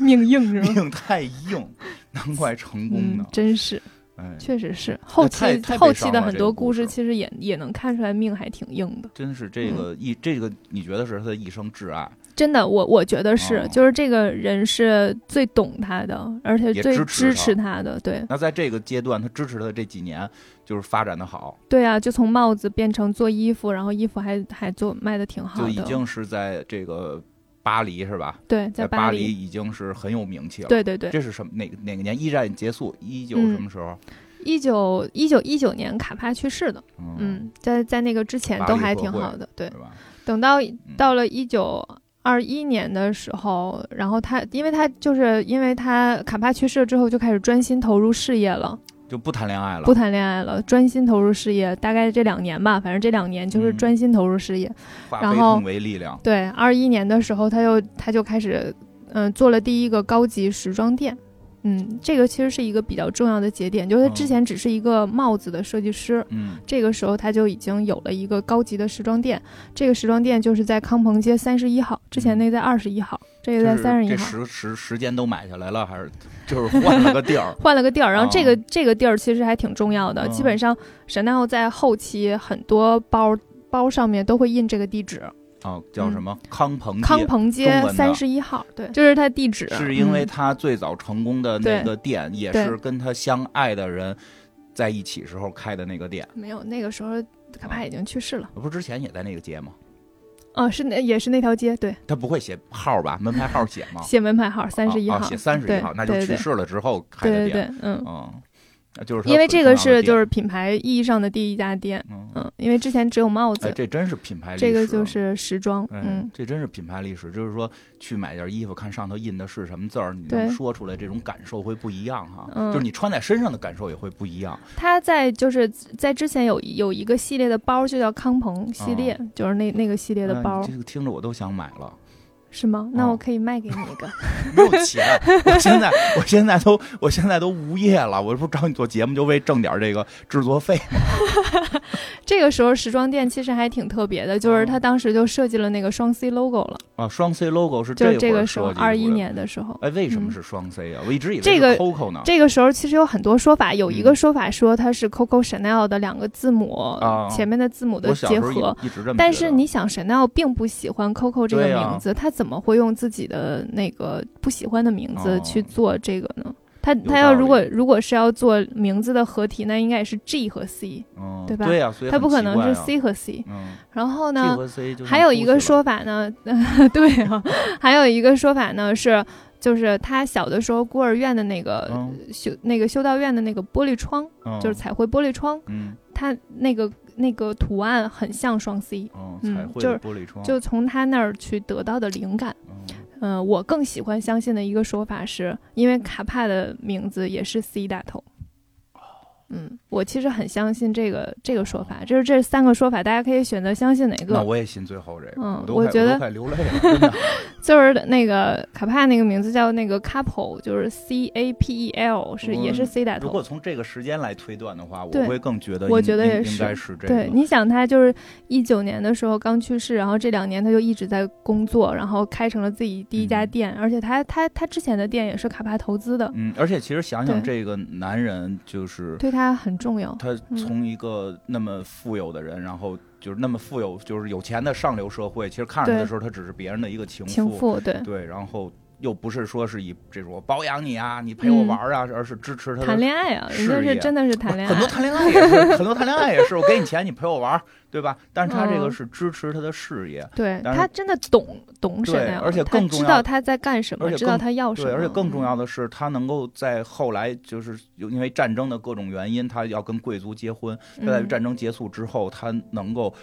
命硬是吗？
命太硬，难怪成功
嗯
呢，。
真是
哎，
确实是后
太
期
太悲
后期
伤
的
了
很
这
多
个故
故事
事
其实也也能看出来命还挺硬的，
真是这
嗯
个一这个，你觉得是他的一生挚爱，
真的，我我觉得是，
哦
就是这个人是最懂他的，而且
也
最
支持他
支持他的，对。
那在这个阶段，他支持他的这几年就是发展的好，
对啊，就从帽子变成做衣服，然后衣服还还做卖的挺好
就
的，
已经是在这个巴黎是吧？
对，
在
在
巴
黎，
已经是很有名气了。，
对对对，
这是什么哪哪个年？一战结束，一九
嗯
什么时候？
一九一九一九年卡帕去世的，
嗯，
嗯，在在那个之前
巴黎
都还
和
挺
会
好的，对
对，吧？嗯
等到到了一九。二一年的时候，然后他，因为他就是因为他卡帕去世之后，就开始专心投入事业了，
就不谈恋爱了
不。谈恋爱了，专心投入事业。大概这两年吧，反正这两年就是
嗯
专心投入事业。
化
然
悲
后
痛为力量。
对，二一年的时候，他又他就开始，嗯、做了第一个高级时装店。嗯，这个其实是一个比较重要的节点，就是他之
嗯
前只是一个帽子的设计师，
嗯，
这个时候他就已经有了一个高级的时装店。这个时装店就是在康鹏街三十一号，之前
嗯
那在二十一号，这个
就
在
是
三十一
这
号，。
时时时间都买下来了，还是就是换了个地儿
<laughs> 换了个地儿。然后这个、
哦
这个地儿其实还挺重要的，基
嗯
本上 Chanel 在后期很多包包上面都会印这个地址，
哦，叫什么康鹏街？
康鹏街
中文的嗯
三十一号，对，就是它地址。
是因为
嗯
他最早成功的那个店，也
对
是跟他相爱的人在一起时候开的那个店。
没有，那个时候卡帕已经去世了。
不是之前也在那个街吗？
哦，是那也是那条街，对，
他不会写号吧？门牌号写吗？
写门牌号 <laughs> 三十一
啊
号
啊，写三十一号，
对
那就
对
去
对
世了之后开的
对
店。
对对，嗯，
嗯，那就是他
因为这个是
很重
就
要的
是品牌意义上的第一家店，
店嗯，
嗯，因为之前只有帽
哎，
子，
这真是品牌历史。
呃这个就是时装，
嗯
嗯，，
这真是品牌历史，就是说去买件衣服，看上头印的是什么字儿，你
对
能说出来，这种感受会不一样哈。
嗯
就是你穿在身上的感受也会不一样。
它在就是在之前有有一个系列的包就叫康鹏系列，
哦
就是那那个系列的
哎
包
这个听着我都想买了。
是吗？那
哦
我可以卖给你一个， <laughs>
没有钱，我现在我现在都我现在都无业了，我这不找你做节目就为挣点这个制作费吗？
这个时候时装店其实还挺特别的，就是
哦
他当时就设计了那个双 C logo 了，
啊，双 C logo 是
就是
这
这个时候
会儿设计出来
二
的
一。年的时候。
哎，为什么
嗯
是双 C 啊？我一直以为
这
是
个
Coco 呢。
这个时候其实有很多说法，有
嗯
一个说法说它是 Coco Chanel 的两个字母、
啊
前面的字母的
我小时
结
候
合，
一一直这么觉得。
但是你想，Chanel 并不喜欢 Coco 这个
对啊
名字，他怎么会用自己的那个不喜欢的名字
哦
去做这个呢？他
有
他
道
要
理
如果如果是要做名字的合体，那应该也是 G 和 C，
嗯，
对吧
对呀，所以
他
很
不可
奇
能
怪
是
啊
C 和 C。
嗯
然后
，G
呢，
和 C 就
还有一个说法呢， <laughs> 对啊，还有一个说法呢是，就是他小的时候孤儿院的那个
嗯
修那个修道院的那个玻璃窗，
嗯
呃就是彩绘玻璃窗，
嗯
它那个那个图案很像双 C。
嗯
嗯
彩绘
就
的
是
玻璃窗
就从他那儿去得到的灵感。
嗯
嗯、我更喜欢相信的一个说法是，因为卡帕的名字也是 C 打头。
哦
嗯，我其实很相信这个这个说法，就是这三个说法，大家可以选择相信哪
那
个。
我也信最后这个，
嗯
都
我
快
觉
都
得
快流泪了，真的
就是那个卡帕那个名字叫那个 couple，就是 C A P E L，是、
嗯
也是 C 打
如
头
果。从这个时间来推断的话，我
对
会更觉得应，
我觉得
应
也
应
是
该是这
对，
个。
你想他就是一九年的时候刚去世，然后这两年他就一直在工作，然后开成了自己第一家
嗯
店，而且他他他之前的店也是卡帕投资的，
嗯，而且其实想想，
对
这个男人就是
对他很重要。
他
嗯
从一个那么富有的人，然后就是那么富有，就是有钱的上流社会，其实看着他的
对
时候，他只是别人的一个情妇，
情妇，对，
对，然后又不是说是以这种我包养你啊，你陪我玩啊，而是支持他的
谈恋爱啊，人
事
家
业
是真的是谈恋
很多
爱，啊
谈恋爱也是，很多谈恋爱啊也是，我给你钱，你陪我玩儿，对
<laughs>
吧？但是他这个
嗯
是支持他的事业，
对
但是
他真的懂懂什
对
么呀？
而且
他
更重
知
要
道他在干什
而
么，
且
知道
更
他要什
对，
么，
而且更重要
嗯
的是，他能够在后来就是有因为战争的各种原因，他要跟贵族结婚，他在
嗯
战争结束之后，他能够。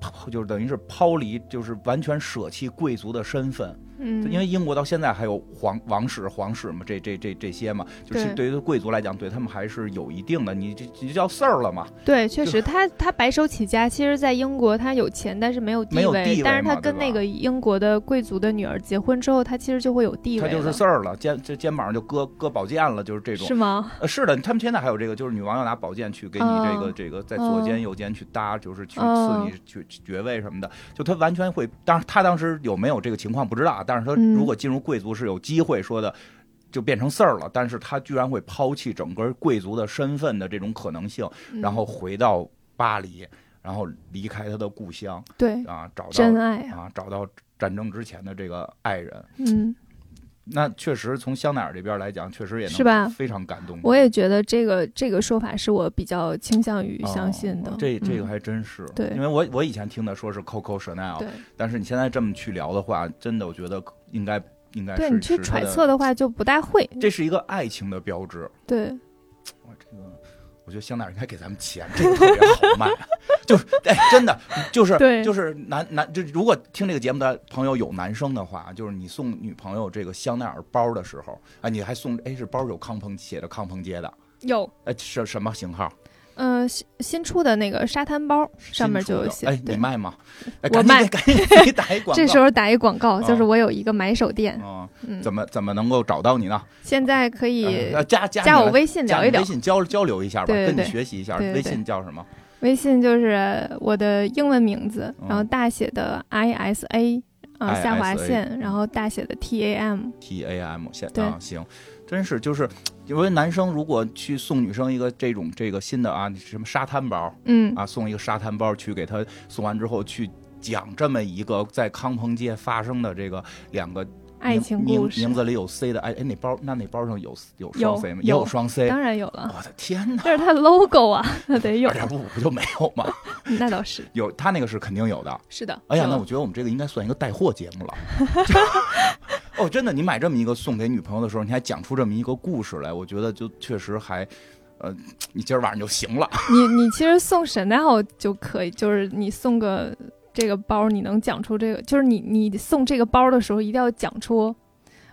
抛就是等于是抛离，就是完全舍弃贵族的身份，
嗯，
因为英国到现在还有皇王室、皇室嘛，这这这这些嘛，就是对于贵族来讲，对他们还是有一定的，你这这就叫 sir 了嘛，
对，确
就
实他他白手起家，其实，在英国他有钱，但是没有地
没有
位，
地
但
位
是他
嘛
跟
对
那
吧
个英国的贵族的女儿结婚之后，他其实就会有地
他
位
就是
了
sir 了，肩这肩膀上就搁搁宝剑了，就是这种
是。吗？
呃，是的，他们现在还有这个，就是女王要拿宝剑去给你这个、
哦
这个在左肩
哦
右肩去搭，就是去赐
哦
你爵爵位什么的。就他完全会，当然他当时有没有这个情况不知道啊，但是他
嗯
如果进入贵族是有机会说的。就变成 sir 了，但是他居然会抛弃整个贵族的身份的这种可能性，然
嗯
后回到巴黎，然后离开他的故乡
对
啊，找
真
到
爱啊，
啊，找到战争之前的这个爱人。
嗯，
那确实从香奈儿这边来讲，确实也能
是吧
非常感动人。
我也觉得这个这个说法是我比较倾向于
哦
相信的。
这这个
嗯
还真是，
对
因为我我以前听的说是 Coco Chanel，
对。
但是你现在这么去聊的话，真的我觉得应该应该
对
是
你去
是它
揣
的
测的话就不大会。
这是一个爱情的标志。
对，
我这个，我觉得香奈儿应该给咱们钱，这个特别好卖。 <laughs> 就是，哎，真的，就是，
对
就是男男，就如果听这个节目的朋友有男生的话，就是你送女朋友这个香奈儿包的时候，啊，你还送，哎，是包有康鹏写着康鹏街的，
有，
哎，是什么型号？
呃，新新出的那个沙滩包上面就有
新出
写。
的哎，你
对，
卖吗？哎，
我
赶紧
卖
给赶紧给你打一广告。
<laughs> 这时候打一广告，
啊
就是我有一个买手店，
啊，
嗯，
怎么怎么能够找到你呢？
现在可以
呃，加加
加
你
我
了
微信
加
聊
你
一聊
微。信交交流一下吧，
对对
跟你
对
学习一下。
对对
微
对
信叫什么？
微信就是我的英文名字，
嗯
然后大写的 I S A 啊
ISA
下划
嗯
线，然后大写的 T A M。
T A M 现
对
啊，行，真是就是，因为男生如果去送女生一个这种这个新的啊，你什么沙滩包
嗯，
啊，送一个沙滩包去给她送完之后去。讲这么一个在康鹏街发生的这个两个
爱
名
情
名
故事
名字里有 C 的，哎哎，那包那那包上有有
有
双 C 吗？也有
有
双 C，
当然有了，
我的天哪，
这是它的 logo 啊， <laughs> 那得啊 <laughs> 有
二。点五不就没有
<laughs>
吗？
那倒是，
有他那个是肯定有的。
是的。
哎呀，
有
那我觉得我们这个应该算一个带货节
<laughs>
目了。哦，真的，你买这么一个送给女朋友的时候，你还讲出这么一个故事来，我觉得就确实还，呃，你今儿晚上就行
<laughs>
了。
你你其实送 Chanel 就可以，就是你送个这个包，你能讲出这个，就是你你送这个包的时候，一定要讲出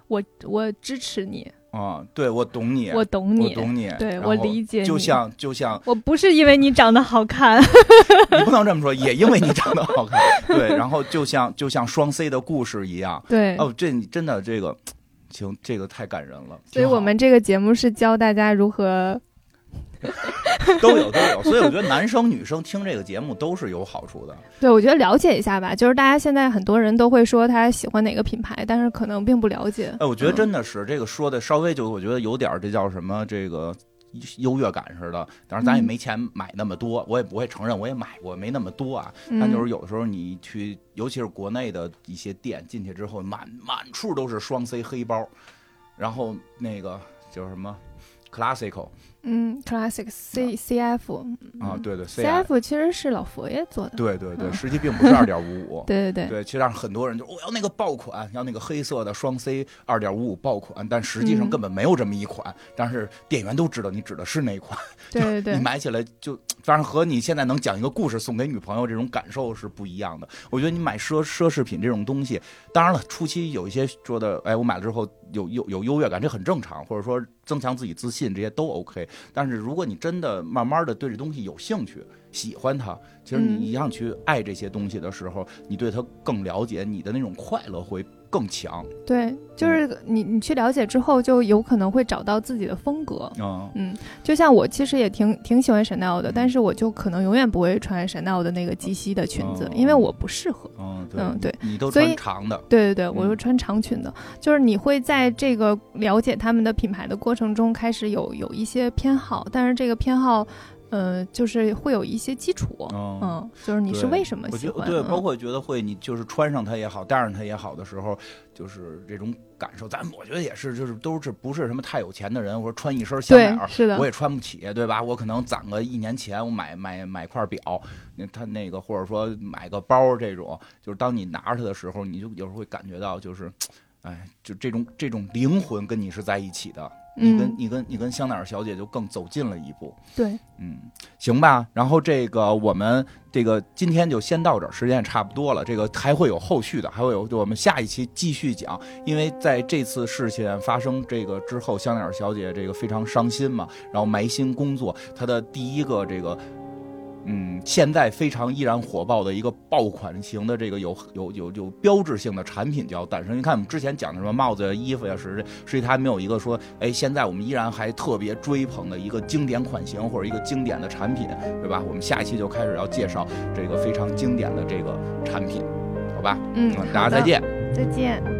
我我支持你，
啊、对，我懂你，
我
我
懂你，
懂你，
对
然
我
后
理解你
就像哦就像，
我不是因为你长得好看，
你不能这么说，也因为你长得好看，
<laughs>
对，然后就像就像双 C 的故事一样。
对，
哦，这你真的这个，行，这个太感人了。
所以
挺好
我们这个节目是教大家如何
<laughs> 都有都有。所以我觉得男生女生听这个节目都是有好处的。
对，我觉得了解一下吧，就是大家现在很多人都会说他喜欢哪个品牌，但是可能并不了解。
哎，我觉得真的是、这个说的稍微就我觉得有点儿这叫什么这个。优越感似的，当然咱也
嗯
没钱买那么多，我也不会承认我也买过，没那么多啊。
嗯，
但就是有的时候你去，尤其是国内的一些店进去之后，满满处都是双 C 黑包，然后那个叫什么 classical
嗯，Classic C C F
啊，
嗯
对对
C
CF，
F 其实是老佛爷做的。
对对对，
嗯
实际并不是二点五五。
对对对，
对，其实让很多人就我要那个爆款，要那个黑色的双 C 二点五五爆款，但实际上
嗯
根本没有这么一款，但是店员都知道你指的是那一款， <laughs>
对对
你
对，
买起来就，反正和你现在能讲一个故事送给女朋友这种感受是不一样的。我觉得你买奢奢侈品这种东西，当然了，初期有一些说的，哎，我买了之后有有有优越感，这很正常，或者说增强自己自信，这些都 OK。但是如果你真的慢慢的对这东西有兴趣，喜欢它，其实
嗯
你一样去爱这些东西的时候，你对它更了解，你的那种快乐会更强。
对，
嗯
就是你你去了解之后，就有可能会找到自己的风格。
嗯，
就像我其实也挺挺喜欢 Chanel 的，
嗯
但是我就可能永远不会穿 Chanel 的那个及膝的裙子，
哦
因为我不适合。
嗯，对，
嗯对
你都
所以
穿长的，
对对对，我
嗯
就穿长裙的，就是你会在这个了解他们的品牌的过程中，开始有有一些偏好，但是这个偏好，呃，就是会有一些基础，
嗯
嗯，就是你是
对
为什么
我觉
喜
得
欢？
对，
嗯
包括觉得会，你就是穿上它也好，戴上它也好的时候，就是这种感受。咱我觉得也是，就是都是不是什么太有钱的人，我说穿一身香奈
对，
儿。
是的
我，也穿不起，对吧？我可能攒个一年钱，我买买买块表，那他那个或者说买个包这种，就是当你拿着它的时候，你就有时候会感觉到，就是，哎，就这种这种灵魂跟你是在一起的，你跟
嗯，
你跟你跟香奈儿小姐就更走近了一步。
对，
嗯，行吧，然后这个我们这个今天就先到这儿，时间也差不多了。这个还会有后续的，还会有就我们下一期继续讲，因为在这次事件发生这个之后，香奈儿小姐这个非常伤心嘛，然后埋心工作，她的第一个这个。嗯，现在非常依然火爆的一个爆款型的这个有有有有标志性的产品就要诞生。你看我们之前讲的什么帽子呀、衣服呀，是实际它没有一个说，哎，现在我们依然还特别追捧的一个经典款型或者一个经典的产品，对吧？我们下一期就开始要介绍这个非常经典的这个产品，好吧？
嗯
大家再，见。
好的再见。